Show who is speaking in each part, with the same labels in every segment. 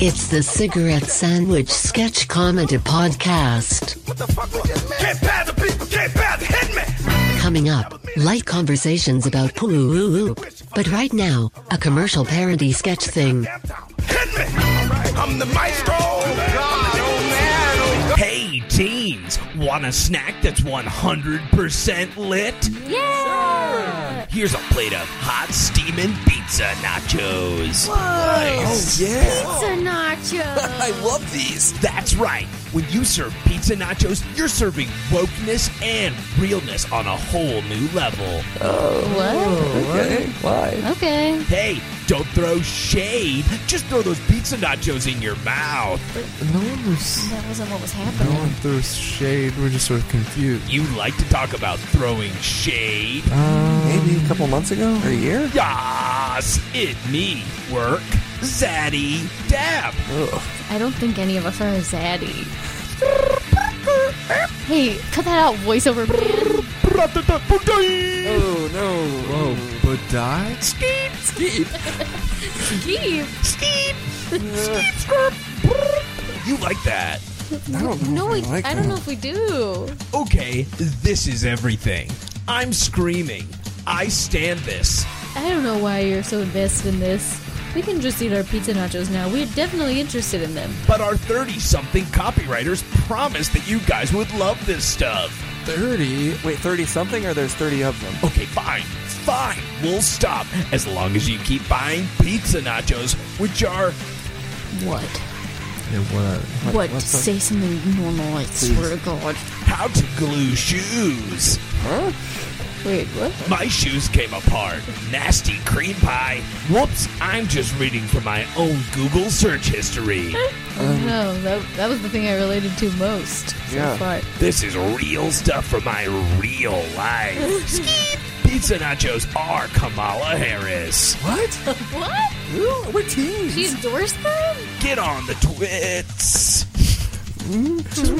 Speaker 1: It's the Cigarette Sandwich Sketch Comedy Podcast.
Speaker 2: Can't buy the people, can't buy the hitman.
Speaker 1: Coming up, light conversations about poo. But right now, a commercial parody sketch thing.
Speaker 2: Hitman. I'm the maestro.
Speaker 3: Hey teens, want a snack that's 100% lit? Yeah! Here's a plate of hot steaming pizza nachos. Nice.
Speaker 4: Pizza nachos.
Speaker 5: I love these.
Speaker 3: That's right. When you serve pizza nachos, you're serving wokeness and realness on a whole new level.
Speaker 4: What?
Speaker 5: Okay. Why?
Speaker 4: Okay.
Speaker 3: Hey, don't throw shade. Just throw those pizza nachos in your mouth.
Speaker 6: No one was.
Speaker 4: That wasn't what was
Speaker 6: No
Speaker 4: happening.
Speaker 6: one threw shade. We're just sort of confused.
Speaker 3: You like to talk about throwing shade?
Speaker 5: Maybe a couple months ago or a year?
Speaker 3: Yes, it me work. Zaddy Dab.
Speaker 4: I don't think any of us are zaddy. Hey, cut that out, voiceover man.
Speaker 5: Oh no.
Speaker 6: Whoa, but die?
Speaker 4: Keep.
Speaker 3: Skeep. Skeep, scrub. You like that?
Speaker 5: I don't
Speaker 4: No,
Speaker 5: know.
Speaker 4: we,
Speaker 5: if I like
Speaker 4: I don't know
Speaker 5: that.
Speaker 4: if we do.
Speaker 3: Okay, this is everything. I'm screaming. I stand this.
Speaker 4: I don't know why you're so invested in this. We can just eat our pizza nachos now. We're definitely interested in them.
Speaker 3: But our 30 something copywriters promised that you guys would love this stuff.
Speaker 6: Thirty.
Speaker 5: Wait, 30 something or there's 30 of them?
Speaker 3: Okay, fine. Fine. We'll stop as long as you keep buying pizza nachos, which are
Speaker 4: What?
Speaker 6: Yeah, what?
Speaker 4: What?
Speaker 5: what's up?
Speaker 4: Say something normal, I swear to God.
Speaker 3: how to glue shoes.
Speaker 5: Huh?
Speaker 4: Wait, what?
Speaker 3: My shoes came apart. Nasty cream pie. Whoops, I'm just reading from my own Google search history.
Speaker 4: no, that, that was the thing I related to most so
Speaker 5: Yeah.
Speaker 4: far.
Speaker 3: This is real stuff from my real life. Skeet. Pizza nachos are Kamala Harris.
Speaker 5: What?
Speaker 4: What?
Speaker 5: Ooh, we're teens.
Speaker 4: She endorsed them?
Speaker 3: Get on the twits.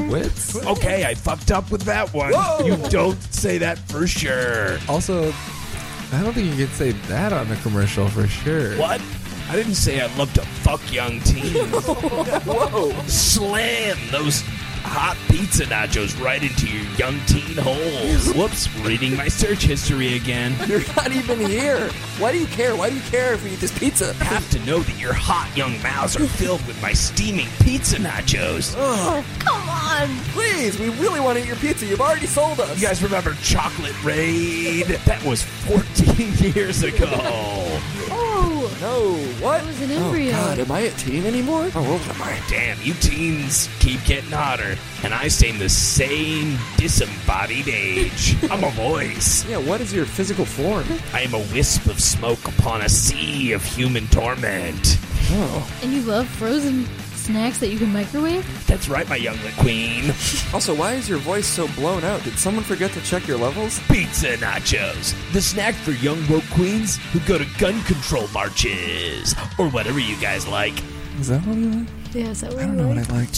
Speaker 6: Wits?
Speaker 3: Okay, I fucked up with that one.
Speaker 5: Whoa.
Speaker 3: You don't say that for sure.
Speaker 6: Also, I don't think you could say that on a commercial for sure.
Speaker 3: What? I didn't say I love to fuck young teens.
Speaker 5: Whoa.
Speaker 3: Slam those hot pizza nachos right into your young teen holes. Whoops, reading my search history again.
Speaker 5: You're not even here. Why do you care? Why do you care if we eat this pizza?
Speaker 3: Have to know that your hot young mouths are filled with my steaming pizza nachos.
Speaker 4: Come on!
Speaker 5: Please, we really want to eat your pizza. You've already sold us.
Speaker 3: You guys remember Chocolate Raid? That was 14 years ago.
Speaker 4: Oh!
Speaker 5: No. What?
Speaker 4: That was an
Speaker 5: Oh,
Speaker 4: embryo.
Speaker 5: God, am I a teen anymore? How old am I?
Speaker 3: Damn, you teens keep getting hotter, and I stay in the same disembodied age. I'm a voice.
Speaker 5: Yeah, what is your physical form?
Speaker 3: I am a wisp of smoke upon a sea of human torment.
Speaker 5: Oh.
Speaker 4: And you love frozen snacks that you can microwave?
Speaker 3: That's right, my younglet queen.
Speaker 5: Also, why is your voice so blown out? Did someone forget to check your levels?
Speaker 3: Pizza nachos, the snack for young woke queens who go to gun control marches, or whatever you guys like.
Speaker 5: Is that what you like?
Speaker 4: Yeah, is that what
Speaker 5: I don't know what I like.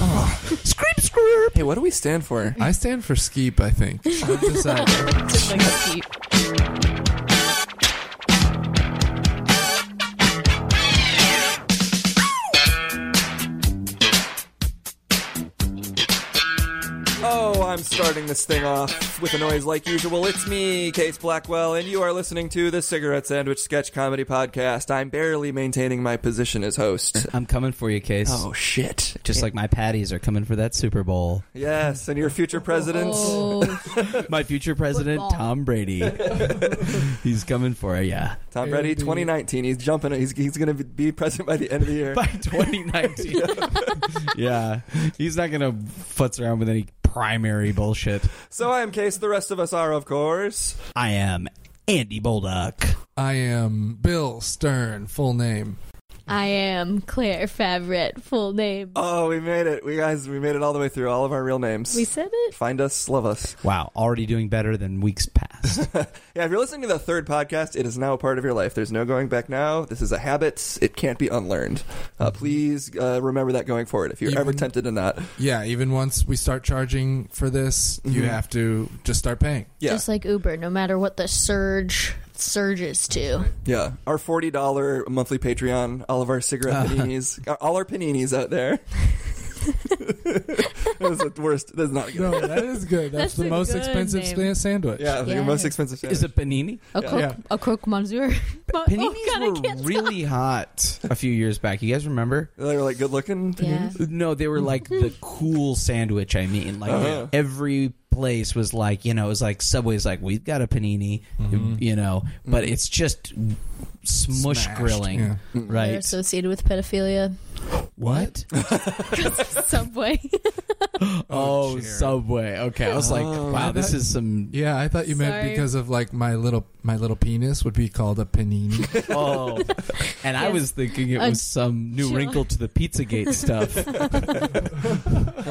Speaker 5: Oh.
Speaker 3: Skeep! Screep, screep!
Speaker 5: Hey, what do we stand for?
Speaker 6: I stand for skeep. I think. I've decided.
Speaker 5: Oh, I'm starting this thing off with a noise like usual. It's me, Case Blackwell, and you are listening to the Cigarette Sandwich Sketch Comedy Podcast. I'm barely maintaining my position as host.
Speaker 7: I'm coming for you, Case.
Speaker 5: Oh, shit.
Speaker 7: Just like my patties are coming for that Super Bowl.
Speaker 5: Yes, and your future president.
Speaker 4: Oh,
Speaker 7: My future president,
Speaker 4: Football.
Speaker 7: Tom Brady. He's coming for you. Yeah.
Speaker 5: Tom Brady, 2019. He's jumping. He's, he's going to be president by the end of the year.
Speaker 7: By 2019. yeah. He's not going to futz around with any primary bullshit.
Speaker 5: So I am Case. The rest of us are, of course.
Speaker 7: I am Andy Bolduck.
Speaker 6: I am Bill Stern, full name.
Speaker 4: I am Claire Favret, full name.
Speaker 5: Oh, we made it. We guys, we made it all the way through. All of our real names.
Speaker 4: We said it?
Speaker 5: Find us, love us.
Speaker 7: Wow. Already doing better than weeks past.
Speaker 5: Yeah, if you're listening to the third podcast, it is now a part of your life. There's no going back now. This is a habit. It can't be unlearned. Uh, please uh, remember that going forward if you're ever
Speaker 6: Even-
Speaker 5: tempted to not.
Speaker 6: Yeah, even once we start charging
Speaker 7: Mm-hmm.
Speaker 6: for this, you have to just start paying.
Speaker 5: Yeah.
Speaker 4: Just like Uber, no matter what the surge surges too.
Speaker 5: Yeah, our forty dollar monthly Patreon, all of our cigarette paninis, uh, all our paninis out there. That's the worst. That's not good.
Speaker 6: No, that is good. That's,
Speaker 8: That's
Speaker 6: the
Speaker 8: a
Speaker 6: most
Speaker 8: good
Speaker 6: expensive
Speaker 8: name.
Speaker 6: stan- sandwich.
Speaker 5: Yeah, your most
Speaker 8: Yes.
Speaker 5: expensive.
Speaker 7: Is it panini?
Speaker 8: A croque,
Speaker 6: Yeah.
Speaker 8: a croque monsieur. But-
Speaker 7: Paninis
Speaker 8: oh, God, I can't
Speaker 7: were
Speaker 8: talk.
Speaker 7: really hot a few years back. You guys remember?
Speaker 5: They were like good looking.
Speaker 8: Yeah.
Speaker 7: No, they were like the cool sandwich. I mean, like every place was like, you know, it was like Subway's like, we've got a panini,
Speaker 6: Mm-hmm.
Speaker 7: you know, but it's just smush
Speaker 6: Smashed,
Speaker 7: grilling,
Speaker 6: yeah.
Speaker 4: They're
Speaker 7: right?
Speaker 4: associated with pedophilia.
Speaker 7: what?
Speaker 8: Subway.
Speaker 7: Oh,
Speaker 6: Jared.
Speaker 7: Subway. Okay, I was like, wow, this is some.
Speaker 6: Yeah, I thought you meant
Speaker 8: Sorry.
Speaker 6: because of like my little my little penis would be called a panini.
Speaker 7: Oh, and I
Speaker 8: Yes.
Speaker 7: was thinking it
Speaker 8: Uh,
Speaker 7: was some new
Speaker 8: sure.
Speaker 7: wrinkle to the Pizzagate stuff.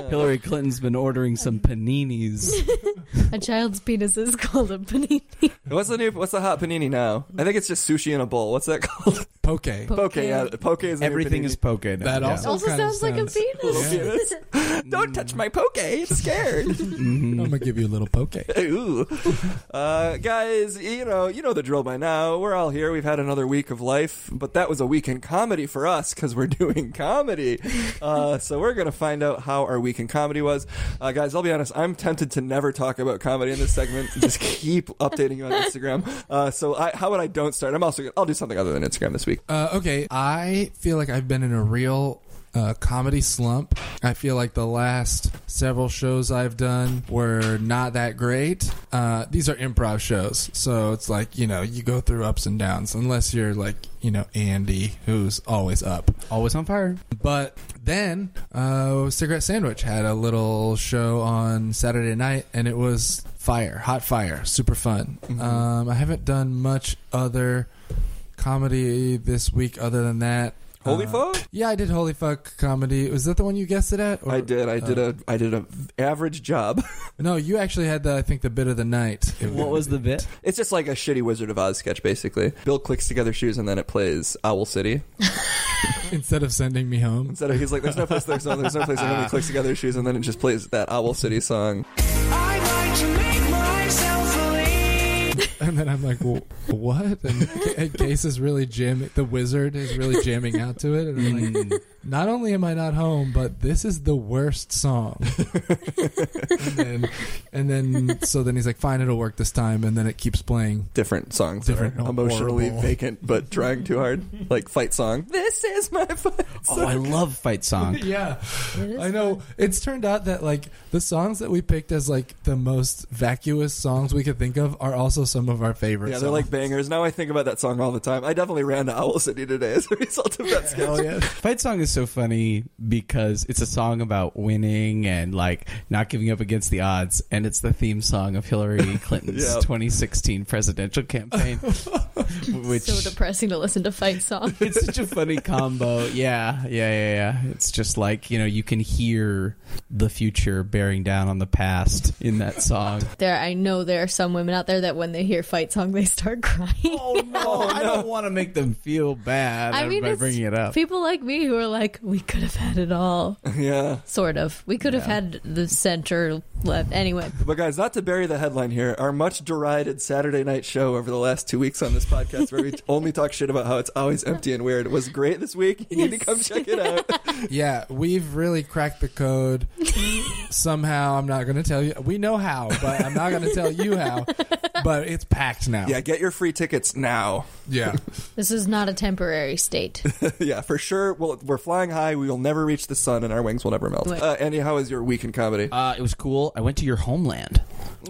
Speaker 7: Hillary Clinton's been ordering some paninis.
Speaker 8: a child's penis is called a panini.
Speaker 5: What's the new? What's the hot panini now? I think it's just sushi in a bowl. What's that called?
Speaker 6: Poke.
Speaker 5: Poke. Yeah, poke is the new
Speaker 7: Everything
Speaker 5: panini.
Speaker 7: is poke. Now.
Speaker 6: That
Speaker 7: yeah.
Speaker 6: also,
Speaker 8: Also
Speaker 6: kind of
Speaker 8: sounds like a penis.
Speaker 5: Don't touch my poke. It's scared.
Speaker 6: I'm gonna give you a little poke.
Speaker 5: Ooh. Uh, guys, you know, you know the drill by now. We're all here. We've had another week of life, but that was a week in comedy for us because we're doing comedy. Uh, so we're gonna find out how our week in comedy was. Uh, guys, I'll be honest. I'm tempted to never talk about comedy in this segment. Just keep updating you on Instagram. Uh, so I, how would I don't start? I'm also. gonna- I'll do something other than Instagram this week.
Speaker 6: Uh, okay, I feel like I've been in a real uh, comedy slump. I feel like the last several shows I've done were not that great. Uh, these are improv shows, so it's like you know you go through ups and downs, unless you're like you know Andy, who's always up.
Speaker 7: always on fire.
Speaker 6: But then, uh, Cigarette Sandwich had a little show on Saturday night, and it was fire, hot fire, super fun.
Speaker 5: Mm-hmm.
Speaker 6: Um, I haven't done much other comedy this week other than that.
Speaker 5: Holy
Speaker 6: Uh,
Speaker 5: fuck!
Speaker 6: Yeah, I did Holy Fuck comedy. Was that the one you guessed it at? Or-
Speaker 5: I did. I did
Speaker 6: uh,
Speaker 5: a. I did a average job.
Speaker 6: No, you actually had the. I think the bit of the night. It
Speaker 7: What was the bit?
Speaker 5: It's just like a shitty Wizard of Oz sketch, basically. Bill clicks together shoes and then it plays Owl City.
Speaker 6: instead of sending me home?
Speaker 5: Instead of he's like, there's no place, there's no, there's no place. And he clicks together his shoes, and then it just plays that Owl City song.
Speaker 9: I like to make myself believe.
Speaker 6: And then I'm like, "Wh- what? And, and Case is really jamming. The wizard is really jamming out to it. And I'm like, not only am I not home, but this is the worst song. and, then, and then, so then he's like, fine, it'll work this time. And then it keeps playing.
Speaker 5: Different songs, that
Speaker 6: Different,
Speaker 5: are emotionally
Speaker 6: horrible.
Speaker 5: vacant but trying too hard, like fight song. This is my fight.
Speaker 7: Oh, I love fight song.
Speaker 6: Yeah, I know. It's turned out that like the songs that we picked as like the most vacuous songs we could think of are also some of our favorite.
Speaker 5: Yeah, they're like bangers. Now I think about that song all the time. I definitely ran to Owl City today as a result of that sketch.
Speaker 6: songs. hell yeah.
Speaker 7: Fight song is so funny because it's a song about winning and like not giving up against the odds, and it's the theme song of Hillary Clinton's
Speaker 5: Yeah.
Speaker 7: 2016 presidential campaign. which
Speaker 4: So depressing to listen to fight song.
Speaker 7: it's such a funny combo. Yeah, yeah, yeah, yeah. It's just like you know you can hear the future bearing down on the past in that song.
Speaker 4: There, I know there are some women out there that when they hear fight song, they start crying.
Speaker 7: Oh no, I don't want to make them feel bad
Speaker 4: I mean,
Speaker 7: by
Speaker 4: it's
Speaker 7: bringing it up.
Speaker 4: People like me who are like, we could have had it all,
Speaker 5: Yeah.
Speaker 4: sort of. We could have had the center left. Anyway,
Speaker 5: But guys, not to bury the headline here, our much derided Saturday night show over the last two weeks on this podcast, where we only talk shit about how it's always empty and weird, was great this week. You need to come check it out.
Speaker 6: Yeah, we've really cracked the code. Somehow, I'm not going to tell you. We know how, but I'm not going to tell you how. But it's packed now.
Speaker 5: yeah, get your free tickets now.
Speaker 6: yeah.
Speaker 4: this is not a temporary state.
Speaker 5: yeah, for sure. Well, we're flying high. We will never reach the sun, and our wings will never melt. Uh, Andy, how is your week in comedy?
Speaker 7: Uh, it was cool. I went to your homeland.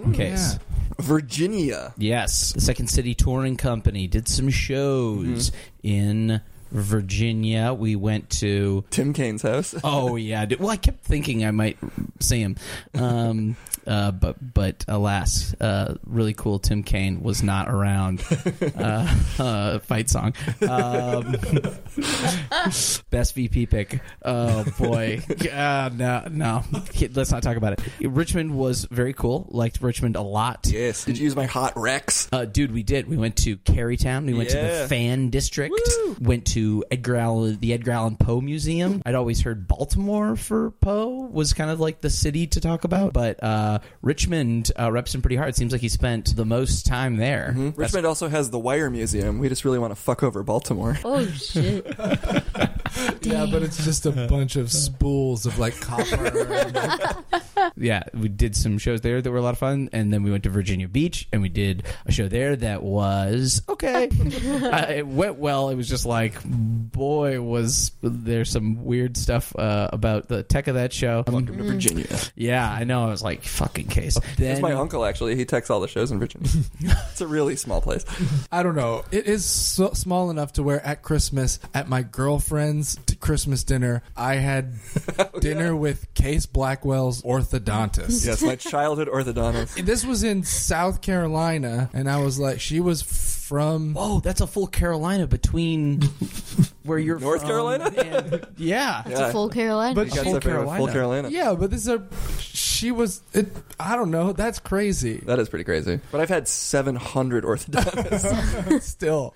Speaker 7: Okay.
Speaker 6: yeah.
Speaker 5: Virginia.
Speaker 7: Yes. The Second City Touring Company did some shows in Virginia. We went to.
Speaker 5: Tim Kane's house.
Speaker 7: Oh yeah. Dude. Well, I kept thinking I might see him, um, uh, but but alas, uh, really cool. Tim Kaine was not around. Uh, uh, fight song. Um, best VP pick. Oh boy. Ah, no, no. Kid, Let's not talk about it. Richmond was very cool. Liked Richmond a lot.
Speaker 5: yes. Did you use my hot Rex?
Speaker 7: Uh, dude, we did. We went to Carytown. We went to
Speaker 5: Yeah.
Speaker 7: the Fan District. Went to Edgar Allan, the Edgar Allan Poe Museum. I'd always heard Baltimore for Poe was kind of like the city to talk about, but uh, Richmond uh, reps him pretty hard. It seems like he spent the most time there. That's-
Speaker 5: Richmond also has the Wire Museum. We just really want to fuck over Baltimore.
Speaker 8: Oh shit!
Speaker 6: Yeah, but it's just a bunch of spools of like copper.
Speaker 7: yeah, we did some shows there that were a lot of fun, and then we went to Virginia Beach and we did a show there that was okay. uh, it went well. It was just like, boy, was there some weird stuff uh, about the tech of that show. Um,
Speaker 5: Welcome to Virginia.
Speaker 7: Yeah, I know. I was like, fucking case.
Speaker 5: It's
Speaker 7: Then
Speaker 5: my uncle actually. He techs all the shows in Virginia. it's a really small place.
Speaker 6: I don't know. It is so small enough to where at Christmas, at my girlfriend's t- Christmas dinner, I had dinner with Case Blackwell's orthodontist.
Speaker 5: Yes, my childhood orthodontist.
Speaker 6: This was in South Carolina, and I was like, she was from.
Speaker 7: Oh, that's a full Carolina between where you're
Speaker 5: North
Speaker 7: from
Speaker 5: Carolina?
Speaker 7: and- yeah.
Speaker 5: Yeah.
Speaker 8: Full Carolina.
Speaker 5: But got
Speaker 7: full
Speaker 5: separated with full
Speaker 7: Carolina.
Speaker 5: Carolina.
Speaker 6: Yeah, but this is a. She was. It, I don't know. That's crazy.
Speaker 5: That is pretty crazy. But I've had 700 orthodontists.
Speaker 6: Still.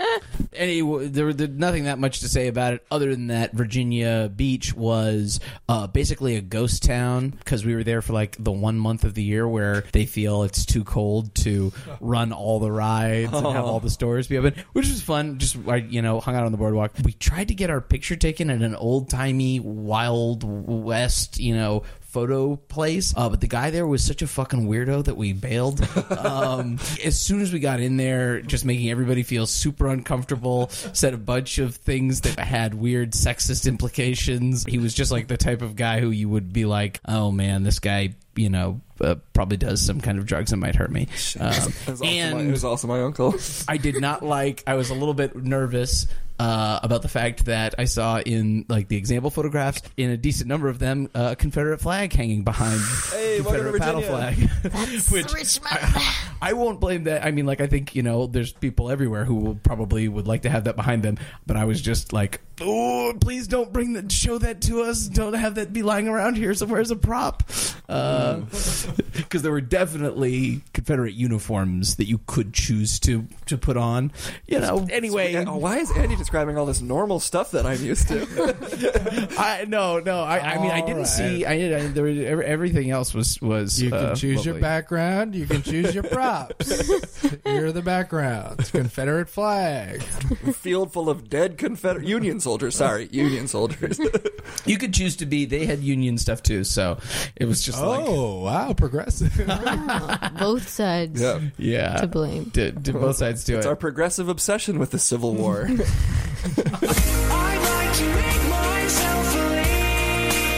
Speaker 7: Anyway, there, there's nothing that much to say about it other than that Virginia Beach was uh, basically a ghost town because we were there for like the one month of the year where they feel it's too cold to run all the rides and have all the stores be open, which was fun. Just like you know, hung out on the boardwalk. We tried to get our picture taken at an old timey Wild West, you know, photo place. Uh, but the guy there was such a fucking weirdo that we bailed. Um, as soon as we got in there, just making everybody feel super uncomfortable, said a bunch of things that had weird sexist implications. He was just like the type of guy who you would be like, oh man, this guy, you know. Uh, probably does some kind of drugs and might hurt me. Um,
Speaker 5: It was also my- it
Speaker 7: and
Speaker 5: was also my uncle.
Speaker 7: I did not like. I was a little bit nervous uh, about the fact that I saw in like the example photographs in a decent number of them a Confederate flag hanging behind
Speaker 5: Hey, welcome to
Speaker 7: Confederate paddle
Speaker 5: Virginia.
Speaker 7: flag. Which I, I won't blame that. I mean, like I think you know, there's people everywhere who will probably would like to have that behind them, but I was just like. Oh, please don't bring that. Show that to us. Don't have that be lying around here somewhere as a prop, Uh, because there were definitely Confederate uniforms that you could choose to to put on. You know. Anyway,
Speaker 5: Yeah, why is Andy describing all this normal stuff that I'm used to?
Speaker 7: I no no. I, I mean, I didn't
Speaker 6: All
Speaker 7: see. I, I there was, every- everything else was was.
Speaker 6: You can
Speaker 7: uh,
Speaker 6: choose your
Speaker 7: lovely.
Speaker 6: background. You can choose your props. You're the background. Confederate flag.
Speaker 5: Field full of dead Confederate Union soldiers. Sorry, Union soldiers.
Speaker 7: You could choose to be. They had union stuff too, so it was just like
Speaker 6: Oh wow, progressive.
Speaker 8: Both sides
Speaker 5: yeah.
Speaker 7: yeah.
Speaker 8: to blame.
Speaker 7: To, to both sides do
Speaker 5: It's
Speaker 7: it.
Speaker 5: our progressive obsession with the Civil War.
Speaker 9: I'd like to make myself a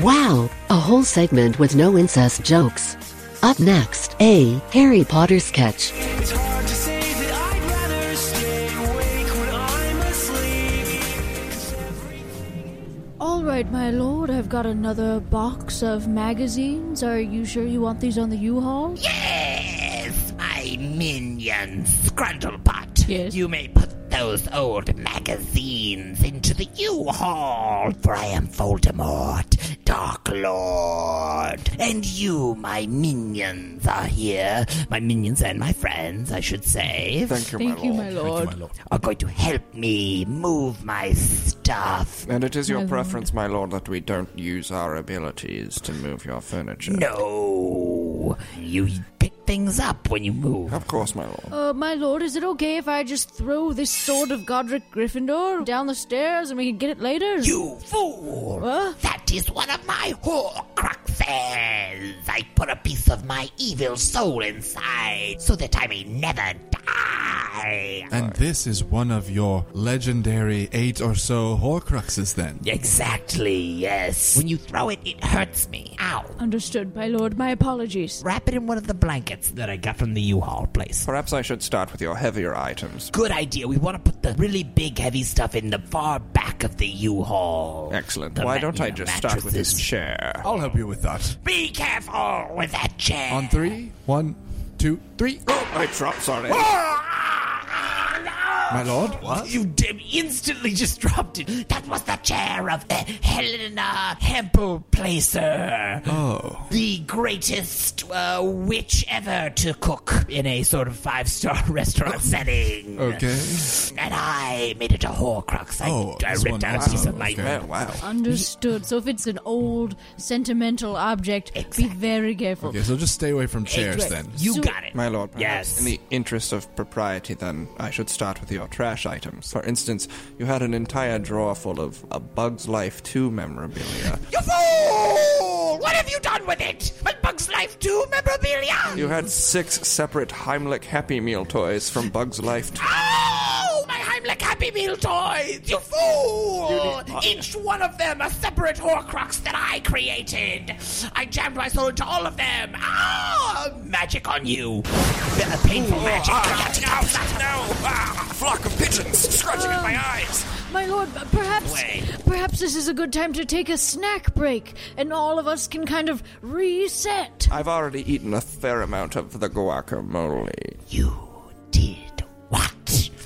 Speaker 1: Wow, a whole segment with no incest jokes. Up next, a Harry Potter sketch.
Speaker 9: It's hard to say that I'd rather stay awake when I'm asleep.
Speaker 4: All right, my lord, I've got another box of magazines. Are you sure you want these on the U-Haul?
Speaker 3: Yes, my minions, Grundlepot.
Speaker 8: Yes.
Speaker 3: You may put those old magazines into the U-Haul, for I am Voldemort, Dark Lord. And you, my minions, are here. My minions and my friends, I should say,
Speaker 5: Thank you, my
Speaker 8: Thank you,
Speaker 5: lord.
Speaker 8: my lord.
Speaker 3: are going to help me move my stuff.
Speaker 10: And it is your preference, my lord, that we don't use our abilities to move your furniture.
Speaker 3: No, you pick things up when you move.
Speaker 10: Of course, my lord.
Speaker 4: Uh, my lord, is it okay if I just throw this sword of Godric Gryffindor down the stairs and we can get it later?
Speaker 3: You fool!
Speaker 4: Huh?
Speaker 3: That is one of my horcruxes! I put a piece of my evil soul inside so that I may never die!
Speaker 6: And this is one of your legendary eight or so Horcruxes, then.
Speaker 3: Exactly, yes. When you throw it, it hurts me. Ow.
Speaker 4: Understood, my lord. My apologies.
Speaker 3: Wrap it in one of the blankets that I got from the U-Haul place.
Speaker 10: Perhaps I should start with your heavier items.
Speaker 3: Good idea. We want to put the really big, heavy stuff in the far back of the U-Haul.
Speaker 10: Excellent.
Speaker 3: The
Speaker 10: Why
Speaker 3: mat-
Speaker 10: don't
Speaker 3: you
Speaker 10: I
Speaker 3: know,
Speaker 10: just start with this
Speaker 3: mattresses.
Speaker 10: chair?
Speaker 6: I'll help you with that.
Speaker 3: Be careful with that chair.
Speaker 6: On
Speaker 10: Oh,
Speaker 6: three, one, two, three.
Speaker 5: Oh!
Speaker 10: I dropped, sorry.
Speaker 3: Oh, Ah,
Speaker 6: My lord?
Speaker 3: You dim- instantly just dropped it. That was the chair of uh, Helena Hempel Placer.
Speaker 6: Oh.
Speaker 3: The greatest uh, witch ever to cook in a sort of five star restaurant setting.
Speaker 6: Oh. Okay.
Speaker 3: And I made it a Horcrux. I,
Speaker 6: Oh,
Speaker 3: I
Speaker 6: this
Speaker 3: ripped
Speaker 6: one
Speaker 3: out a
Speaker 6: also,
Speaker 3: piece of my.
Speaker 6: okay.
Speaker 10: Oh,
Speaker 6: Man,
Speaker 11: wow.
Speaker 12: Understood. So if it's an old sentimental object, be very careful.
Speaker 6: Okay, so just stay away from chairs
Speaker 12: Right.
Speaker 6: then.
Speaker 3: You
Speaker 12: So-
Speaker 3: got it.
Speaker 5: My lord, perhaps
Speaker 3: Yes.
Speaker 5: in the interest of propriety, then, I should start with your trash items. For instance, you had an entire drawer full of A Bug's Life 2 memorabilia.
Speaker 3: You fool! What have you done with it? My Bugs Life 2 memorabilia!
Speaker 5: You had six separate Heimlich Happy Meal toys from Bug's Life 2.
Speaker 3: Oh, my Heimlich Happy Meal toys! You fool! Each one of them a separate Horcrux that I created. I jammed my soul into all of them. Ah, magic on you! A painful magic.
Speaker 13: ah, Flock of pigeons scratching at my
Speaker 3: Ah.
Speaker 13: eyes.
Speaker 4: My lord, perhaps perhaps this is a good time to take a snack break and all of us can kind of reset.
Speaker 5: I've already eaten a fair amount of the guacamole.
Speaker 3: You did what?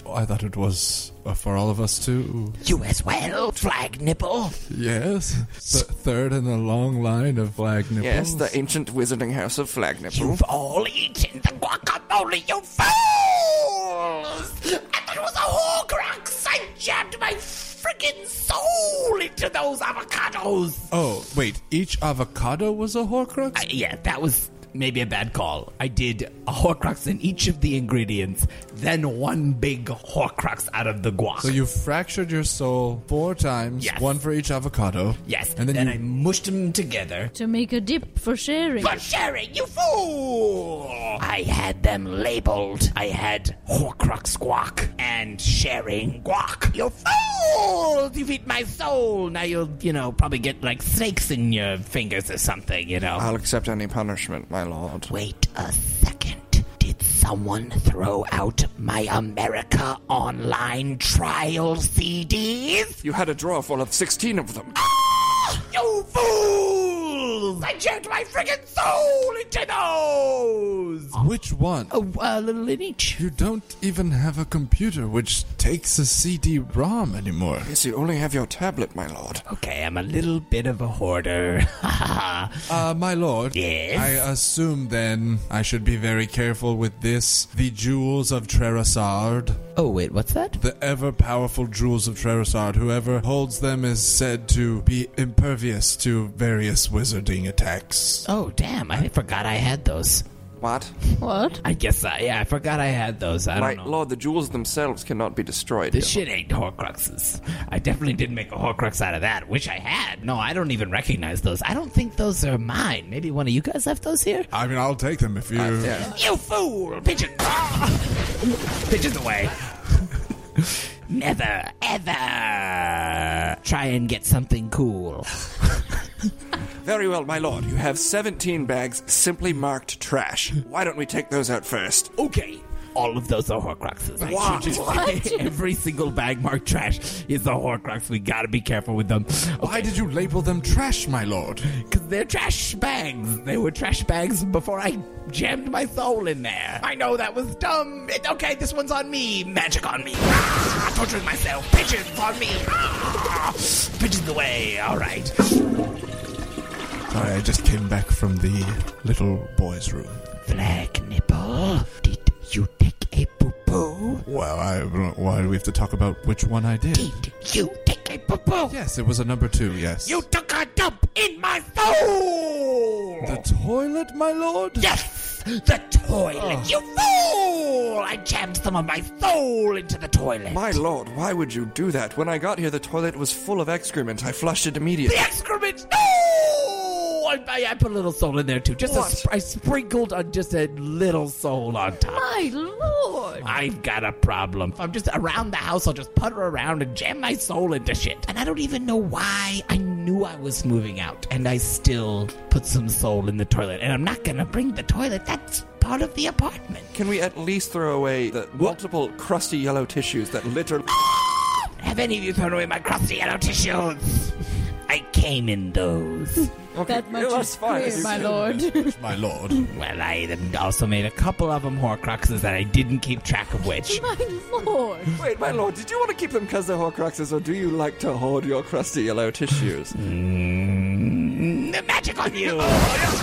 Speaker 6: I thought it was uh, for all of us too.
Speaker 3: You as well, Flag Nipple?
Speaker 6: Yes. The third in the long line of flag nipples.
Speaker 5: Yes, the ancient wizarding house of Flagnipple.
Speaker 3: You've all eaten the guacamole, you fools! I thought it was a Horcrux! I jammed my friggin' soul into those avocados!
Speaker 6: Oh, wait. Each avocado was a Horcrux?
Speaker 3: Uh, Yeah, that was maybe a bad call. I did a Horcrux in each of the ingredients, then one big Horcrux out of the guac.
Speaker 6: so you fractured your soul four times,
Speaker 3: Yes.
Speaker 6: one for each avocado.
Speaker 3: yes,
Speaker 6: And then, you,
Speaker 3: I mushed them together.
Speaker 12: To make a dip for sharing.
Speaker 3: But Sherry, you fool! I had them labeled. I had Horcrux guac and sharing guac. You fool! You've eaten my soul. Now you'll, you know, probably get like snakes in your fingers or something, you know.
Speaker 5: I'll accept any punishment, my lord.
Speaker 3: Oh, Wait a second. Did someone throw out my America Online trial CDs?
Speaker 5: You had a drawer full of 16 of them.
Speaker 3: You fools! I jerked my friggin' soul into those!
Speaker 6: which one?
Speaker 3: Oh, a little in each.
Speaker 6: You don't even have a computer which takes a CD-ROM anymore.
Speaker 5: Yes, you only have your tablet, my lord.
Speaker 3: Okay, I'm a little bit of a hoarder.
Speaker 6: Uh, my lord.
Speaker 3: Yes?
Speaker 6: I assume then I should be very careful with this. The jewels of Trerisard.
Speaker 3: oh, wait, what's that?
Speaker 6: The ever powerful jewels of Trerisard. Whoever holds them is said to be impervious to various wizarding attacks.
Speaker 3: Oh, damn, I forgot I had those.
Speaker 5: What?
Speaker 4: What?
Speaker 3: I guess I, yeah, I forgot I had those. I
Speaker 5: My
Speaker 3: don't know.
Speaker 5: lord, the jewels themselves cannot be destroyed.
Speaker 3: This shit ain't Horcruxes. I definitely didn't make a Horcrux out of that. Wish I had. No, I don't even recognize those. I don't think those are mine. Maybe one of you guys left those here?
Speaker 6: I mean, I'll take them if you.
Speaker 3: You fool! Pigeon! Ah! Pigeons away. Never, ever try and get something cool.
Speaker 5: Very well, my lord. You have 17 bags simply marked trash. Why don't we take those out first?
Speaker 3: Okay. All of those are Horcruxes. I should just- Every single bag marked trash is a Horcrux. We gotta be careful with them.
Speaker 6: Why did you label them trash, my lord?
Speaker 3: Because they're trash bags. They were trash bags before I jammed my soul in there. I know that was dumb. It, okay, this one's on me. Magic on me. Ah, torturing myself. Pigeons on me. Ah, pigeons away. All right.
Speaker 6: Sorry, I just came back from the little boy's room.
Speaker 3: Flag nipple. Did you take a poo poo?
Speaker 6: Well, I, why do we have to talk about which one I did?
Speaker 3: Did you take a poo poo?
Speaker 6: Yes, it was a number two, yes.
Speaker 3: You took a dump in my soul.
Speaker 6: The toilet, my lord?
Speaker 3: Yes! The toilet, you fool! I jammed some of my soul into the toilet.
Speaker 5: My lord, why would you do that? When I got here, the toilet was full of excrement. I flushed it immediately.
Speaker 3: The excrement! No! I, I- I put a little soul in there too. Just a
Speaker 5: What?
Speaker 3: sp- I sprinkled on just a little soul on top.
Speaker 4: My lord!
Speaker 3: I've got a problem. If I'm just around the house, I'll just putter around and jam my soul into shit. And I don't even know why I knew I was moving out, and I still put some soul in the toilet. And I'm not gonna bring the toilet. That's part of the apartment.
Speaker 5: Can we at least throw away the multiple crusty yellow tissues that litter?
Speaker 3: Have any of you thrown away my crusty yellow tissues? I came in those.
Speaker 8: that much
Speaker 5: that's
Speaker 8: is
Speaker 5: fine.
Speaker 8: clear,
Speaker 5: You
Speaker 8: my
Speaker 5: can-
Speaker 8: lord.
Speaker 14: my lord.
Speaker 3: Well, I then also made a couple of them Horcruxes that I didn't keep track of which.
Speaker 8: my lord.
Speaker 5: Wait, my lord, did you want to keep them because they're Horcruxes, or do you like to hoard your crusty yellow tissues?
Speaker 3: Mm, the magic on you!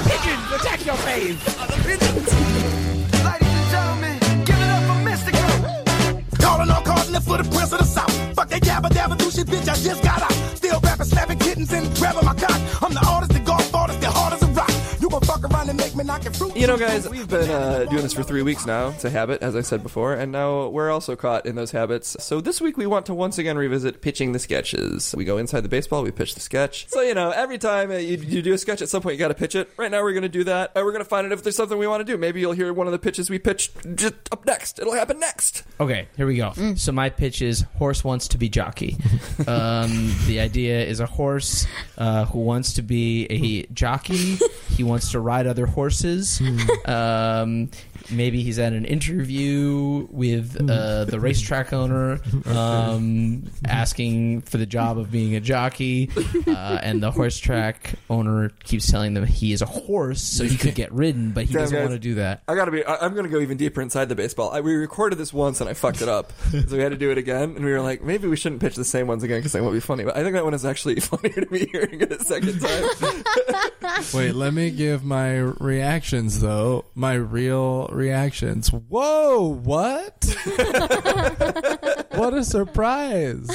Speaker 3: pigeons attack your face!
Speaker 9: Ladies and gentlemen, give it up for Mystical.
Speaker 14: Calling on Cardinal for the Prince of the South. Fuck that yabba dabba do shit, bitch. I just got out. Still rapping, slapping kittens and grabbing my cock. I'm the artist, the golf artist, the hard as a rock. You gon' fuck around and make me knock it fruit.
Speaker 5: You know, guys, we've been uh, doing this for three weeks now. It's a habit, as I said before, and now we're also caught in those habits. So this week we want to once again revisit pitching the sketches. We go inside the baseball, we pitch the sketch. So, you know, every time uh, you, you do a sketch, at some point you gotta pitch it. Right now we're gonna do that, and we're gonna find out if there's something we wanna do. Maybe you'll hear one of the pitches we pitched just up next. It'll happen next.
Speaker 7: Okay, here we go.
Speaker 5: Mm.
Speaker 7: So my pitch is horse wants to be jockey. um, the idea is a horse uh, who wants to be a jockey. he wants to ride other horses.
Speaker 5: Hmm.
Speaker 7: um, maybe he's at an interview with uh, the racetrack owner, um, asking for the job of being a jockey, uh, and the horse track owner keeps telling them he is a horse, so he could get ridden, but he
Speaker 5: Damn,
Speaker 7: doesn't
Speaker 5: guys.
Speaker 7: want to do that.
Speaker 5: I gotta be. I, I'm gonna go even deeper inside the baseball. I, we recorded this once and I fucked it up, so we had to do it again. And we were like, maybe we shouldn't pitch the same ones again because they won't be funny. But I think that one is actually funnier to me hearing it a second time.
Speaker 6: Wait, let me give my reactions though. My real reactions. Whoa, what? what a surprise.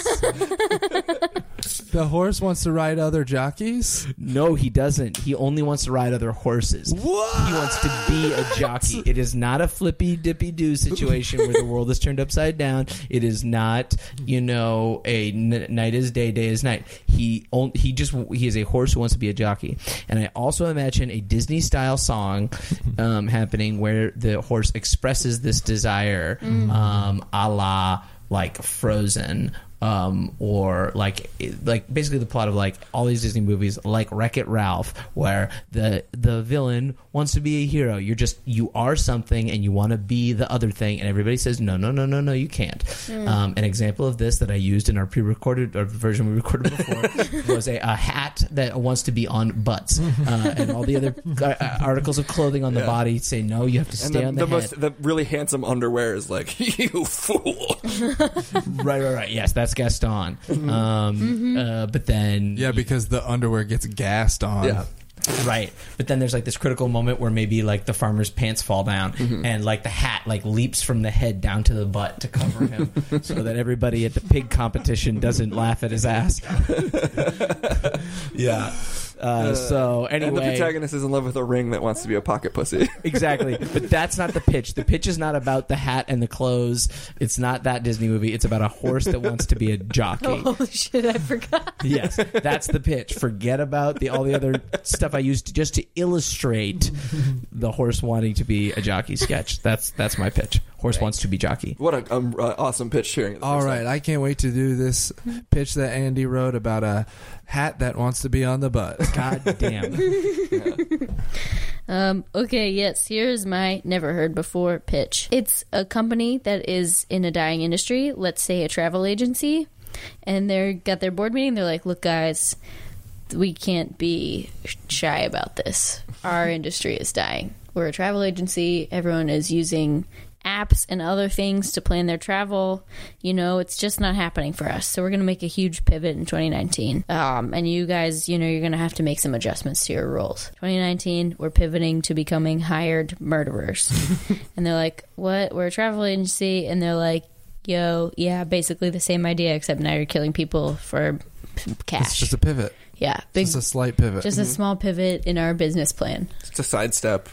Speaker 6: the horse wants to ride other jockeys?
Speaker 7: No, he doesn't. He only wants to ride other horses. He wants to be a jockey. It is not a flippy dippy do situation where the world is turned upside down. It is not, you know, a n- night is day, day is night. He on- he just he is a horse who wants to be a jockey. And I also imagine a Disney style song um, happening where the horse expresses this desire, um, a la like Frozen um, or like like basically the plot of like all these Disney movies, like Wreck It Ralph, where the the villain wants to be a hero. You're just you are something, and you want to be the other thing, and everybody says no, no, no, no, no, you can't. Um, an example of this that I used in our pre-recorded or version we recorded before was a, a hat that wants to be on butts, uh, and all the other uh, articles of clothing on the body say no, you have to
Speaker 5: And
Speaker 7: stay
Speaker 5: the,
Speaker 7: on
Speaker 5: the,
Speaker 7: the, head.
Speaker 5: most, the really handsome underwear is like, you fool.
Speaker 7: right, right, right. Yes, that's Gaston. Um, uh, but then
Speaker 6: Yeah, because the underwear gets gassed on.
Speaker 5: Yeah.
Speaker 7: Right. But then there's like this critical moment where maybe like the farmer's pants fall down
Speaker 5: Mm-hmm.
Speaker 7: and like the hat like leaps from the head down to the butt to cover him so that everybody at the pig competition doesn't laugh at his ass. Uh, yeah. Uh, so
Speaker 5: And the
Speaker 7: anyway,
Speaker 5: protagonist is in love with a ring that wants to be a pocket pussy.
Speaker 7: exactly. But that's not the pitch. The pitch is not about the hat and the clothes. It's not that Disney movie. It's about a horse that wants to be a
Speaker 5: Oh,
Speaker 7: jockey.
Speaker 8: Holy Oh, shit, I forgot.
Speaker 7: Yes, that's the pitch. Forget about the all the other stuff I used to, just to illustrate the horse wanting to be a jockey sketch. That's that's my pitch. Horse wants to be jockey.
Speaker 5: what an um, uh, awesome pitch hearing. it the
Speaker 6: All
Speaker 5: first
Speaker 6: right,
Speaker 5: time.
Speaker 6: I can't wait to do this pitch that Andy wrote about a hat that wants to be on the butt.
Speaker 7: God damn.
Speaker 8: Um, okay, yes, here's my never heard before pitch. It's a company that is in a dying industry, let's say a travel agency, and they're got their board meeting. They're like, look, guys, we can't be shy about this. Our industry is dying. We're a travel agency, everyone is using apps and other things to plan their travel. You know, it's just not happening for us. So we're going to make a huge pivot in 2019. Um, and you guys, you know, you're going to have to make some adjustments to your rules. 2019, we're pivoting to becoming hired murderers. and they're like, what? We're a travel agency. And they're like, yo, yeah, basically the same idea, except now you're killing people for p-
Speaker 6: It's
Speaker 8: cash.
Speaker 6: just a pivot.
Speaker 8: yeah. Big,
Speaker 6: It's just a slight pivot.
Speaker 8: just a
Speaker 7: Mm-hmm.
Speaker 8: small pivot in our business plan.
Speaker 5: It's a sidestep.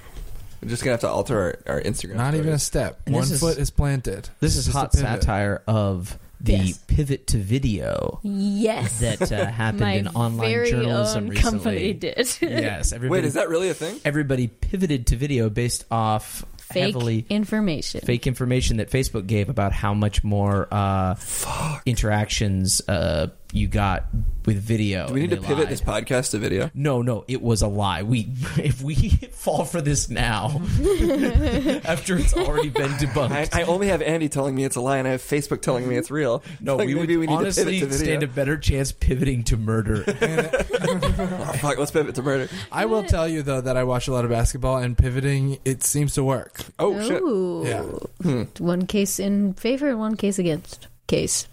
Speaker 5: We're just going to have to alter our, our Instagram.
Speaker 6: Not even a
Speaker 5: stories.
Speaker 6: step.
Speaker 7: And
Speaker 6: One
Speaker 7: this is-
Speaker 6: foot is planted.
Speaker 7: This is
Speaker 6: Just a
Speaker 7: hot
Speaker 6: pivot.
Speaker 7: satire of the
Speaker 8: Yes.
Speaker 7: pivot to video
Speaker 8: Yes.
Speaker 7: that uh, happened
Speaker 8: my
Speaker 7: in online
Speaker 8: very
Speaker 7: journalism
Speaker 8: own
Speaker 7: recently.
Speaker 8: company did.
Speaker 7: Yes, everybody,
Speaker 5: Wait, is that really a thing?
Speaker 7: everybody pivoted to video based off
Speaker 8: Fake
Speaker 7: heavily
Speaker 8: information.
Speaker 7: fake information that Facebook gave about how much more uh, interactions uh, you got with video.
Speaker 5: Do we need to
Speaker 7: and they
Speaker 5: pivot
Speaker 7: lied.
Speaker 5: this podcast to video?
Speaker 7: No, no, it was a lie. We if we fall for this now, after it's already been debunked.
Speaker 5: I, I only have Andy telling me it's a lie, and I have Facebook telling me it's real.
Speaker 7: no,
Speaker 5: Like,
Speaker 7: we would
Speaker 5: maybe we need to
Speaker 7: honestly
Speaker 5: pivot to video.
Speaker 7: stand a better chance pivoting to murder.
Speaker 5: Oh, fuck, let's pivot to murder.
Speaker 6: I will tell you though that I watch a lot of basketball and pivoting it seems to work.
Speaker 5: Oh shit!
Speaker 8: Ooh.
Speaker 6: Yeah.
Speaker 8: Hmm. One case in favor, one case against. Case.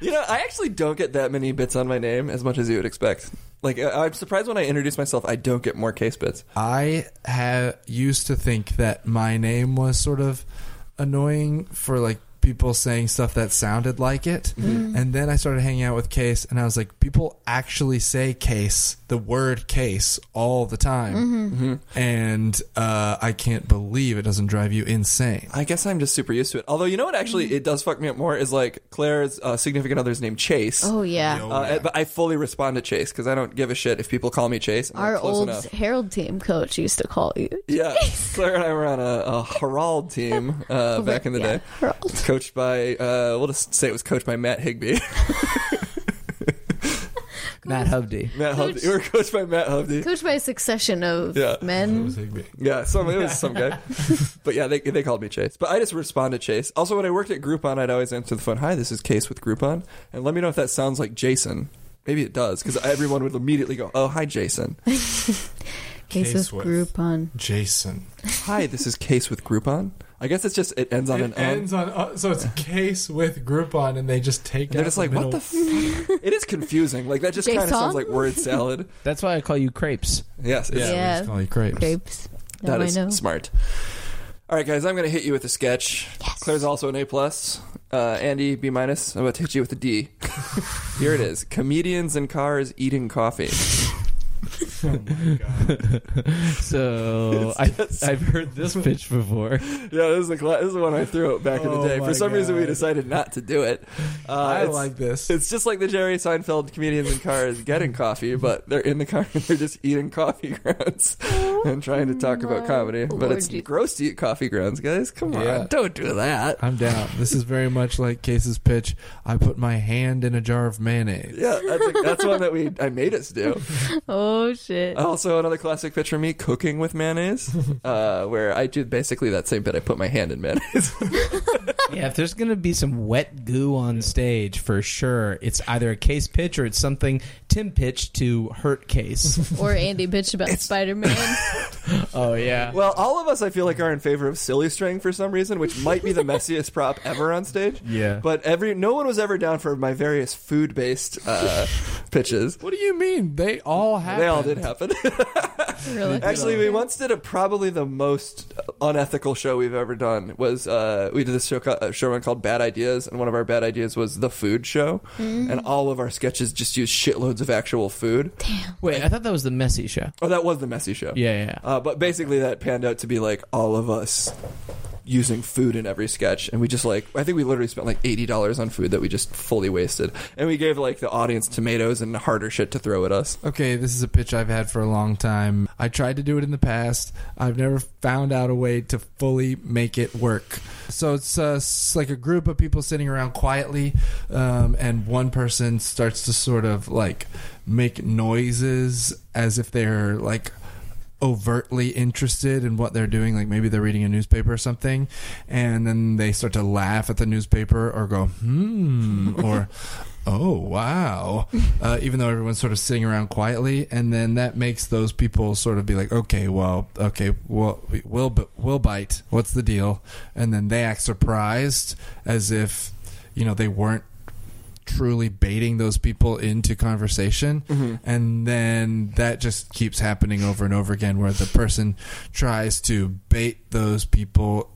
Speaker 5: You know, I actually don't get that many bits on my name as much as you would expect. Like, I- I'm surprised when I introduce myself, I don't get more case bits.
Speaker 6: I ha used to think that my name was sort of annoying for like people saying stuff that sounded like it. And then I started hanging out with Case and I was like, people actually say Case, the word Case, all the time.
Speaker 5: Mm-hmm.
Speaker 6: And uh, I can't believe it doesn't drive you insane.
Speaker 5: I guess I'm just super used to it. Although, you know what?
Speaker 8: Mm-hmm.
Speaker 5: Actually, it does fuck me up more is like Claire's uh, significant other's name Chase.
Speaker 8: Oh yeah.
Speaker 5: Uh, But I fully respond to Chase because I don't give a shit if people call me Chase. I'm
Speaker 8: Our
Speaker 5: like, close
Speaker 8: old
Speaker 5: enough.
Speaker 8: Herald team coach used to call you.
Speaker 5: Yeah, Claire and I were on a, a Herald team uh, back in the
Speaker 8: Yeah,
Speaker 5: day,
Speaker 8: Herald.
Speaker 5: coached by uh, we'll just say it was coached by Matt Higby.
Speaker 7: Matt Hubdy.
Speaker 5: Matt Hubdy.
Speaker 8: Coach-
Speaker 5: We were coached by Matt Hubdy.
Speaker 8: Coached by a succession of
Speaker 5: Yeah.
Speaker 8: men.
Speaker 5: Yeah, some it was some guy, but yeah, they they called me Chase. But I just respond to Chase. Also, when I worked at Groupon, I'd always answer the phone. Hi, this is Case with Groupon, and let me know if that sounds like Jason. Maybe it does because everyone would immediately go, "Oh, hi, Jason.
Speaker 8: Case
Speaker 6: Case
Speaker 8: of
Speaker 6: with.
Speaker 8: Groupon.
Speaker 6: Jason.
Speaker 5: Hi, this is Case with Groupon." I guess it's just it ends on an
Speaker 6: It
Speaker 5: end.
Speaker 6: ends on uh, so it's Case with Groupon and they just take
Speaker 5: They're
Speaker 6: out
Speaker 5: just
Speaker 6: the
Speaker 5: like,
Speaker 6: middle.
Speaker 5: what the? F-? it is confusing. Like that just kind of
Speaker 8: Jason?
Speaker 5: sounds like word salad.
Speaker 7: That's why I call you crepes.
Speaker 5: Yes, it's,
Speaker 6: yeah,
Speaker 8: Yeah.
Speaker 6: We just call you crepes.
Speaker 8: Grapes. Now
Speaker 5: that
Speaker 8: I
Speaker 5: is
Speaker 8: know.
Speaker 5: smart. All right, guys, I'm going to hit you with a sketch. Claire's also an A plus. Uh, Andy B minus. I'm about to hit you with a D. Here it is: comedians in cars eating coffee.
Speaker 7: So I, I've heard this pitch before.
Speaker 5: yeah, this is the cla- this is the one I threw out back in
Speaker 6: Oh
Speaker 5: the day.
Speaker 6: my
Speaker 5: For some reason, we
Speaker 6: God.
Speaker 5: decided not to do it. Uh,
Speaker 6: I
Speaker 5: it's-
Speaker 6: like this.
Speaker 5: It's just like the Jerry Seinfeld comedians in cars getting coffee, but they're in the car and they're just eating coffee grounds
Speaker 6: Oh
Speaker 5: and trying to talk about
Speaker 8: my
Speaker 5: comedy. But
Speaker 8: Lord
Speaker 5: it's
Speaker 8: Jesus.
Speaker 5: gross to eat coffee grounds, guys. Come on,
Speaker 6: Yeah.
Speaker 5: don't do that.
Speaker 6: I'm down. This is very much like Case's pitch. I put my hand in a jar of mayonnaise.
Speaker 5: Yeah, that's, a, that's one that we I made us do.
Speaker 8: Oh shit.
Speaker 5: Also, another classic picture of me cooking with mayonnaise, uh, where I do basically that same bit. I put my hand in mayonnaise.
Speaker 7: Yeah, if there's gonna be some wet goo on stage for sure, it's either a case pitch or it's something Tim pitched to hurt case.
Speaker 8: Or Andy bitched about Spider Man.
Speaker 7: oh yeah.
Speaker 5: well, all of us I feel like are in favor of silly string for some reason, which might be the messiest prop ever on stage.
Speaker 7: Yeah.
Speaker 5: But every no one was ever down for my various food based uh, pitches.
Speaker 6: What do you mean? They all have.
Speaker 5: They all did happen.
Speaker 8: really.
Speaker 5: Actually, we once did a probably the most unethical show we've ever done. Was uh, we did this show ca- a show run called Bad Ideas, and one of our bad ideas was the food show, and all of our sketches just used shitloads of actual food.
Speaker 7: Wait, I thought that was the messy show.
Speaker 5: Oh, that was the messy show.
Speaker 7: Yeah, yeah.
Speaker 5: Uh, but basically, that panned out to be like all of us using food in every sketch, and we just like I think we literally spent like eighty dollars on food that we just fully wasted, and we gave like the audience tomatoes and harder shit to throw at us.
Speaker 6: Okay, this is a pitch I've had for a long time. I tried to do it in the past. I've never found out a way to fully make it work. So it's, uh, s like a group of people sitting around quietly, um, and one person starts to sort of like make noises as if they're like overtly interested in what they're doing like maybe they're reading a newspaper or something and then they start to laugh at the newspaper or go hmm or oh wow uh, even though everyone's sort of sitting around quietly and then that makes those people sort of be like okay well okay well we- we'll b- we'll bite what's the deal and then they act surprised as if you know they weren't truly baiting those people into conversation and then that just keeps happening over and over again where the person tries to bait those people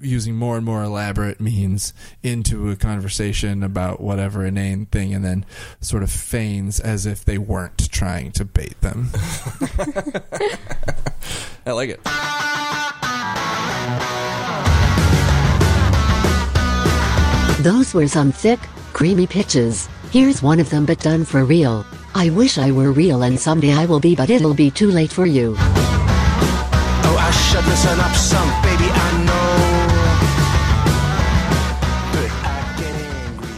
Speaker 6: using more and more elaborate means into a conversation about whatever inane thing and then sort of feigns as if they weren't trying to bait them
Speaker 5: I like it.
Speaker 1: Those were some thick, creamy pitches. Here's one of them, but done for real. I wish I were real, and someday I will be, but it'll be too late for you.
Speaker 9: Oh, I should listen up some, baby, I know. But I get angry.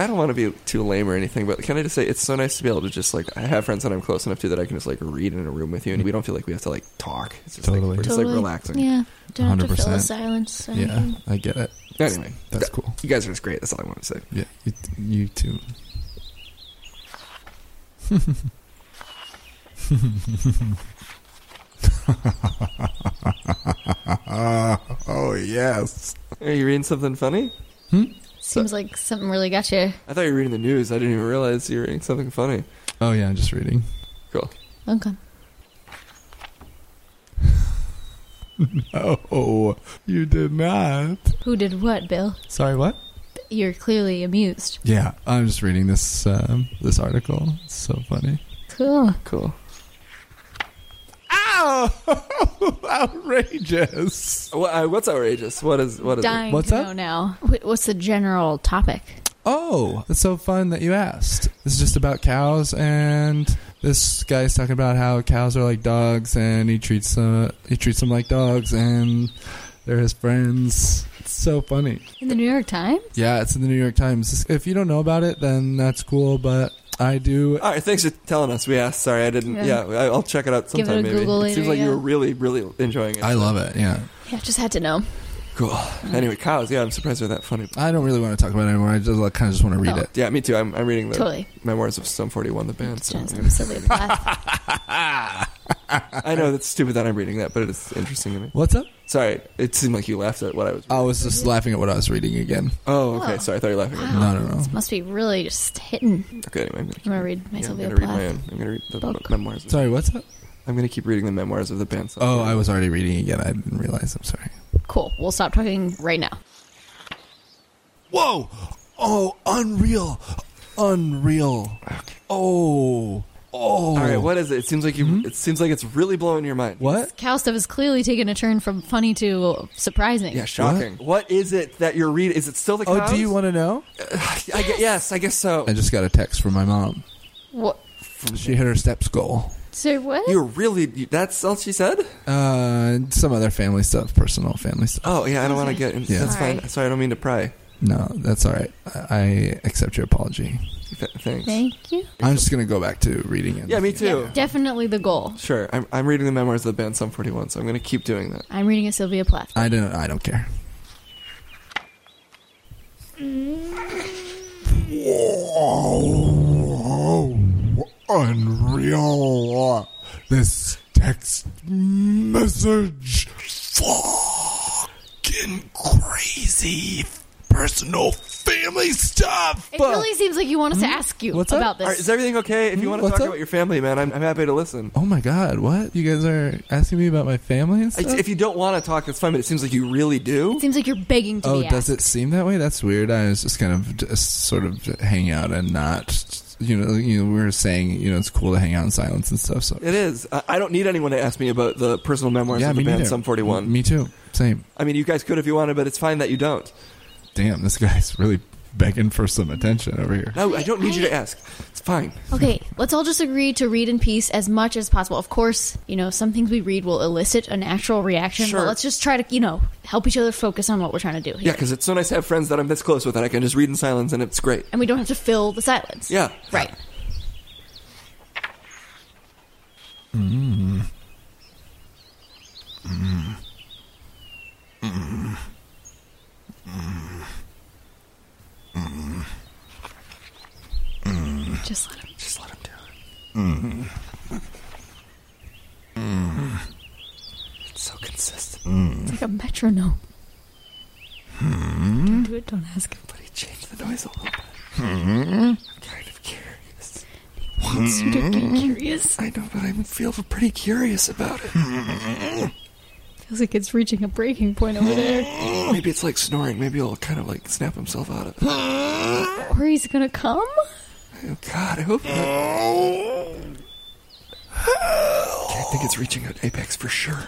Speaker 5: I don't want to be too lame or anything, but can I just say it's so nice to be able to just like I have friends that I'm close enough to that I can just like read in a room with you, and we don't feel like we have to like talk. It's just like we're just like relaxing.
Speaker 4: Yeah. Don't have to fill the
Speaker 6: 100%.
Speaker 8: Uh,
Speaker 4: silence.
Speaker 6: Yeah, I get it.
Speaker 5: Anyway,
Speaker 6: that's
Speaker 5: th-
Speaker 6: cool.
Speaker 5: You guys are just great. That's all I want to say.
Speaker 6: Yeah, you, you too.
Speaker 5: oh yes. Are you reading something funny?
Speaker 8: Seems like something really got you.
Speaker 5: I thought you were reading the news. I didn't even realize you were reading something funny.
Speaker 6: Oh yeah, I'm just reading.
Speaker 5: Cool.
Speaker 8: Okay.
Speaker 6: No, Oh, you did not.
Speaker 8: Who did what, Bill?
Speaker 6: Sorry, what?
Speaker 8: You're clearly amused.
Speaker 6: Yeah, I'm just reading this um, this article. It's so funny.
Speaker 8: Cool.
Speaker 5: Cool.
Speaker 6: Ow! outrageous.
Speaker 5: What, uh, what's outrageous? What is what is it?
Speaker 8: Dying to know now. Wh- What's the general topic?
Speaker 6: Oh, it's so fun that you asked. This is just about cows, and this guy's talking about how cows are like dogs, and he treats them he treats them like dogs, and they're his friends. It's so funny.
Speaker 8: In the New York Times?
Speaker 6: Yeah, it's in the New York Times. If you don't know about it, then that's cool. But I do.
Speaker 5: All right, thanks for telling us. We asked. Sorry, I didn't.
Speaker 8: Yeah.
Speaker 5: Yeah, I I'll check it out
Speaker 8: Give it
Speaker 5: sometime.
Speaker 8: a
Speaker 5: maybe
Speaker 8: Google
Speaker 5: it seems
Speaker 8: later,
Speaker 5: like
Speaker 8: yeah.
Speaker 5: you were really, really enjoying it.
Speaker 6: I love it. Yeah.
Speaker 8: Yeah, just had to know.
Speaker 5: Cool. Anyway, cows. Yeah, I'm surprised they're that funny.
Speaker 6: I don't really want to talk about it anymore. I just kind of just want to read
Speaker 8: Oh.
Speaker 6: it.
Speaker 5: Yeah, me too. I'm, I'm reading the
Speaker 8: Totally.
Speaker 5: memoirs of Sum 41, the band. So.
Speaker 8: Sounds like a silly path.
Speaker 5: I know that's stupid that I'm reading that, but it's interesting to me.
Speaker 6: What's up?
Speaker 5: Sorry, it seemed like you laughed at what I was.
Speaker 6: I was just laughing at what I was reading again.
Speaker 5: Oh, okay.
Speaker 8: Oh.
Speaker 5: Sorry, I thought you were laughing. at me.
Speaker 6: No, no, no.
Speaker 8: Must be really just hitting.
Speaker 5: Okay, anyway, I'm gonna,
Speaker 8: I'm gonna read
Speaker 5: yeah, I'm
Speaker 8: myself
Speaker 5: gonna
Speaker 8: a
Speaker 5: read
Speaker 8: path.
Speaker 5: my own. I'm gonna read the
Speaker 8: Book.
Speaker 5: memoirs. of-
Speaker 6: Sorry, what's up?
Speaker 5: I'm gonna keep reading the memoirs of the band. Sum
Speaker 6: Oh,
Speaker 5: 41.
Speaker 6: I was already reading again. I didn't realize. I'm sorry.
Speaker 8: Cool. We'll stop talking right now.
Speaker 6: Whoa! Oh, unreal! Unreal! Oh! Oh!
Speaker 5: All right, what is it? It seems like you. It seems like it's really blowing your mind.
Speaker 6: Mm-hmm. What?
Speaker 8: Cow stuff has clearly taken a turn from funny to surprising.
Speaker 5: Yeah, shocking. what is it that you're reading? Is it still the
Speaker 6: Oh,
Speaker 5: cows?
Speaker 6: do you want to know?
Speaker 5: I gue- yes, I guess so.
Speaker 6: I just got a text from my mom.
Speaker 8: What?
Speaker 6: She hit her steps goal.
Speaker 8: So what?
Speaker 5: You're really. You, that's all she said.
Speaker 6: Uh, and some other family stuff, personal family stuff.
Speaker 5: Oh yeah, I don't want to get. In,
Speaker 6: Yeah.
Speaker 5: That's
Speaker 8: Sorry.
Speaker 5: fine. Sorry, I don't mean to pry.
Speaker 6: No, that's all right. I, I accept your apology.
Speaker 5: Th- thanks.
Speaker 8: Thank you.
Speaker 6: I'm just gonna go back to reading it.
Speaker 5: Yeah, me too.
Speaker 8: Yeah, definitely the goal.
Speaker 5: Sure, I'm, I'm reading the memoirs of the band Sum 41, so I'm going to keep doing that.
Speaker 8: I'm reading a Sylvia Plath.
Speaker 6: I don't. I don't care.
Speaker 14: Unreal. This text message. Fucking crazy. Personal family stuff.
Speaker 8: It really seems like you want
Speaker 4: Hmm?
Speaker 8: us to ask you
Speaker 6: What's up?
Speaker 8: about
Speaker 5: All right,
Speaker 8: this.
Speaker 5: is everything okay? If you want to
Speaker 6: What's
Speaker 5: talk
Speaker 6: up?
Speaker 5: about your family, man, I'm, I'm happy to listen.
Speaker 6: Oh my god! What you guys are asking me about my family and
Speaker 5: I-
Speaker 6: stuff?
Speaker 5: If you don't want to talk, that's fine, but it seems like you really do.
Speaker 8: it seems like you're begging to
Speaker 6: Oh,
Speaker 8: be
Speaker 6: does
Speaker 8: asked.
Speaker 6: it seem that way? That's weird. I was just kind of just sort of hang out and not, you know, you know, we were saying, you know, it's cool to hang out in silence and stuff. So
Speaker 5: It is. I, I don't need anyone to ask me about the personal memoirs
Speaker 6: yeah,
Speaker 5: of the
Speaker 6: me
Speaker 5: band
Speaker 6: neither.
Speaker 5: Sum 41.
Speaker 6: Me too. Same.
Speaker 5: I mean, you guys could if you wanted, but it's fine that you don't.
Speaker 6: Damn, this guy's really begging for some attention over here.
Speaker 5: No, I don't need you to ask. It's fine.
Speaker 8: Okay, let's all just agree to read in peace as much as possible. Of course, you know, some things we read will elicit a natural reaction,
Speaker 5: Sure.
Speaker 8: but let's just try to, you know, help each other focus on what we're trying to do
Speaker 5: Yeah,
Speaker 8: here.
Speaker 5: because it's so nice to have friends that I'm this close with that I can just read in silence and it's great.
Speaker 8: And we don't have to fill the silence.
Speaker 5: Yeah.
Speaker 8: Right. Just let him.
Speaker 5: Just let him do it. Mm. It's so consistent.
Speaker 8: It's like a metronome. Don't do it. Don't ask him.
Speaker 5: But he changed the noise a little bit. I'm kind of curious.
Speaker 8: You don't get curious.
Speaker 5: I know, but I feel pretty curious about it.
Speaker 8: Feels like it's reaching a breaking point over there.
Speaker 5: Maybe it's like snoring. Maybe he'll kind of like snap himself out of it.
Speaker 8: Or he's gonna come.
Speaker 5: Oh, God, I hope not. Okay, I think it's reaching out apex for sure.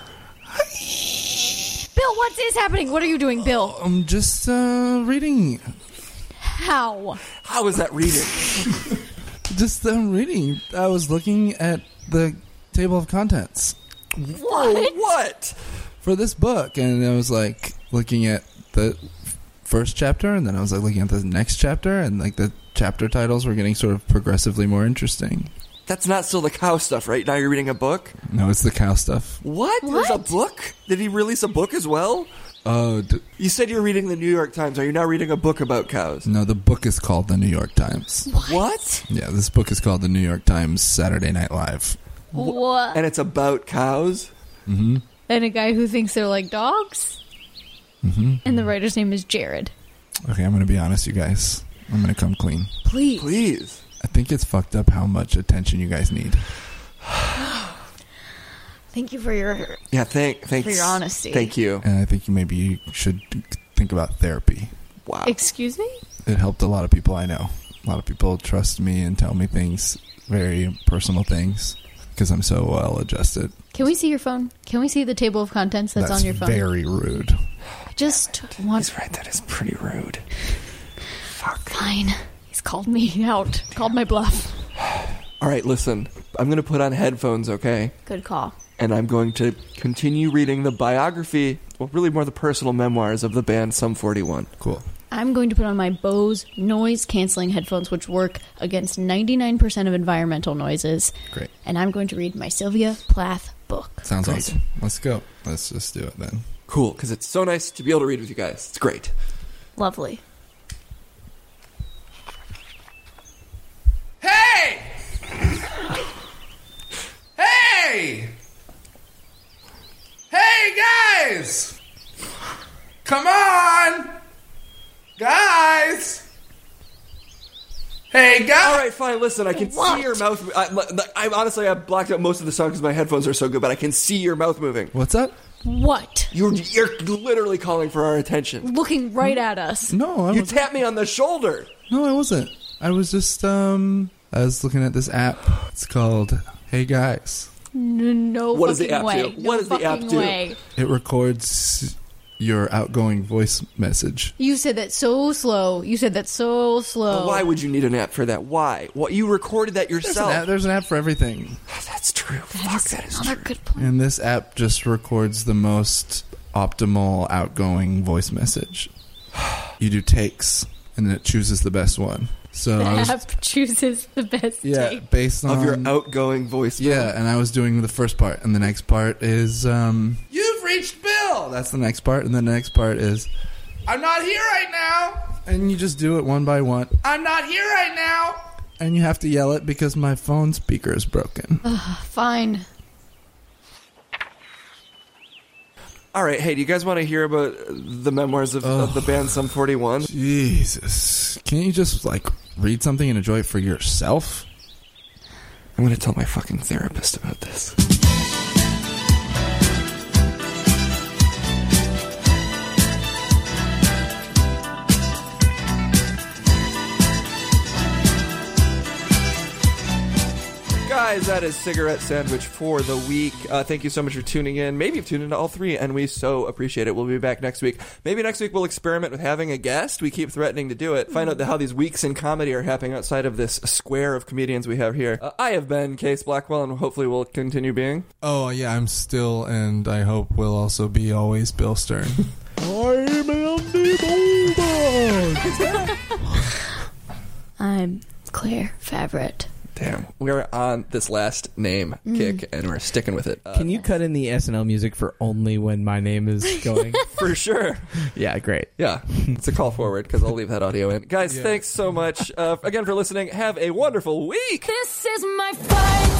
Speaker 8: Bill, what is happening? What are you doing, Bill?
Speaker 6: I'm Um, just uh, reading.
Speaker 8: How?
Speaker 5: How is that reading?
Speaker 6: Just um, reading. I was looking at the table of contents
Speaker 5: Whoa, what?
Speaker 6: for this book, and I was like looking at the first chapter, and then I was like looking at the next chapter, and like the chapter titles were getting sort of progressively more interesting.
Speaker 5: That's not still the cow stuff, right? Now you're reading a book?
Speaker 6: No, it's the cow stuff.
Speaker 5: What? There's a book? Did he release a book as well?
Speaker 6: Oh d-
Speaker 5: You said you're reading the New York Times. Are you now reading a book about cows?
Speaker 6: no, the book is called The New York Times.
Speaker 5: What?
Speaker 6: Yeah, this book is called The New York Times Saturday Night Live.
Speaker 8: What?
Speaker 5: And it's about cows?
Speaker 6: Mm-hmm.
Speaker 8: And a guy who thinks they're like dogs.
Speaker 6: Mm-hmm.
Speaker 8: And the writer's name is Jared.
Speaker 6: Okay, I'm gonna be honest, you guys. I'm gonna come clean.
Speaker 8: Please.
Speaker 5: Please.
Speaker 6: I think it's fucked up how much attention you guys need.
Speaker 4: Thank you for your.
Speaker 5: Yeah, thank, thanks.
Speaker 4: For your honesty.
Speaker 5: Thank you.
Speaker 6: And I think you maybe you should think about therapy.
Speaker 5: Wow.
Speaker 8: Excuse me?
Speaker 6: It helped a lot of people I know. A lot of people trust me and tell me things, very personal things, because I'm so well adjusted.
Speaker 8: Can we see your phone? Can we see the table of contents that's, on your phone?
Speaker 6: very rude.
Speaker 8: I just want.
Speaker 5: He's right. That is pretty rude.
Speaker 4: Fine. He's called me out. Called my bluff.
Speaker 5: All right, listen. I'm going to put on headphones, okay?
Speaker 4: Good call.
Speaker 5: And I'm going to continue reading the biography, well, really more the personal memoirs of the band Sum 41.
Speaker 6: Cool.
Speaker 8: I'm going to put on my Bose noise canceling headphones, which work against 99% of environmental noises.
Speaker 6: Great.
Speaker 8: And I'm going to read my Sylvia Plath book.
Speaker 6: Sounds
Speaker 5: Great.
Speaker 6: awesome. Let's go. Let's just do it then.
Speaker 5: Cool, because it's so nice to be able to read with you guys. It's great.
Speaker 4: Lovely.
Speaker 9: Hey!
Speaker 15: Hey! Hey, guys! Come on! Guys! Hey, guys!
Speaker 5: All right, fine. Listen, I can see your mouth. I, I, I- honestly, I blocked out most of the song because my headphones are so good, but I can see your mouth moving.
Speaker 6: What's up?
Speaker 4: What?
Speaker 5: You're you're literally calling for our attention.
Speaker 4: Looking right at us.
Speaker 6: No, I
Speaker 5: You
Speaker 6: was,
Speaker 5: tapped me on the shoulder.
Speaker 6: no, I wasn't. I was just um, I was looking at this app. It's called Hey Guys.
Speaker 4: N- No
Speaker 5: What does the
Speaker 4: fucking
Speaker 5: app
Speaker 4: way.
Speaker 5: do?
Speaker 4: No
Speaker 5: What does the app
Speaker 4: fucking
Speaker 5: do?
Speaker 4: way.
Speaker 6: It records your outgoing voice message.
Speaker 8: You said that so slow. You said that so slow.
Speaker 5: Well,
Speaker 15: Oh.
Speaker 5: why would you need an app for that? Why? What you recorded that
Speaker 6: There's an,
Speaker 5: yourself?
Speaker 6: app, there's an app for everything,
Speaker 5: That's true. Fuck, that is true.
Speaker 4: Another good point.
Speaker 6: and this app just records the most optimal outgoing voice message. You do takes, and it chooses the best one. So
Speaker 8: the
Speaker 6: I was,
Speaker 8: app chooses the best
Speaker 6: yeah,
Speaker 8: tape.
Speaker 6: based on
Speaker 5: Of your outgoing voice.
Speaker 6: Um, yeah, and I was doing the first part, and the next part is um,
Speaker 15: You've reached Bill!
Speaker 6: that's the next part, and then the next part is,
Speaker 15: I'm not here right now!
Speaker 6: and you just do it one by one,
Speaker 15: I'm not here right now!
Speaker 6: and you have to yell it because my phone speaker is broken.
Speaker 8: Fine.
Speaker 5: All right, hey, do you guys want to hear about uh, the memoirs of, of the band Sum 41?
Speaker 6: Jesus. Can't you just, like, read something and enjoy it for yourself?
Speaker 5: I'm going to tell my fucking therapist about this. Guys, that is Cigarette Sandwich for the week. Uh, thank you so much for tuning in. Maybe you've tuned into all three, and we so appreciate it. We'll be back next week. Maybe next week we'll experiment with having a guest. We keep threatening to do it. Find out how these weeks in comedy are happening outside of this square of comedians we have here. Uh, I have been Case Blackwell, and hopefully will continue being.
Speaker 6: Oh, yeah, I'm still, and I hope will also be always Bill Stern.
Speaker 8: I'm Claire Favret.
Speaker 5: Damn, we're on this last name kick, and we're sticking with it uh,
Speaker 7: Can you cut in the SNL music for only when my name is going?
Speaker 5: for sure.
Speaker 7: yeah, great.
Speaker 5: Yeah, it's a call forward because I'll leave that audio in. Guys, thanks so much uh, again for listening. Have a wonderful week.
Speaker 9: This is my fight.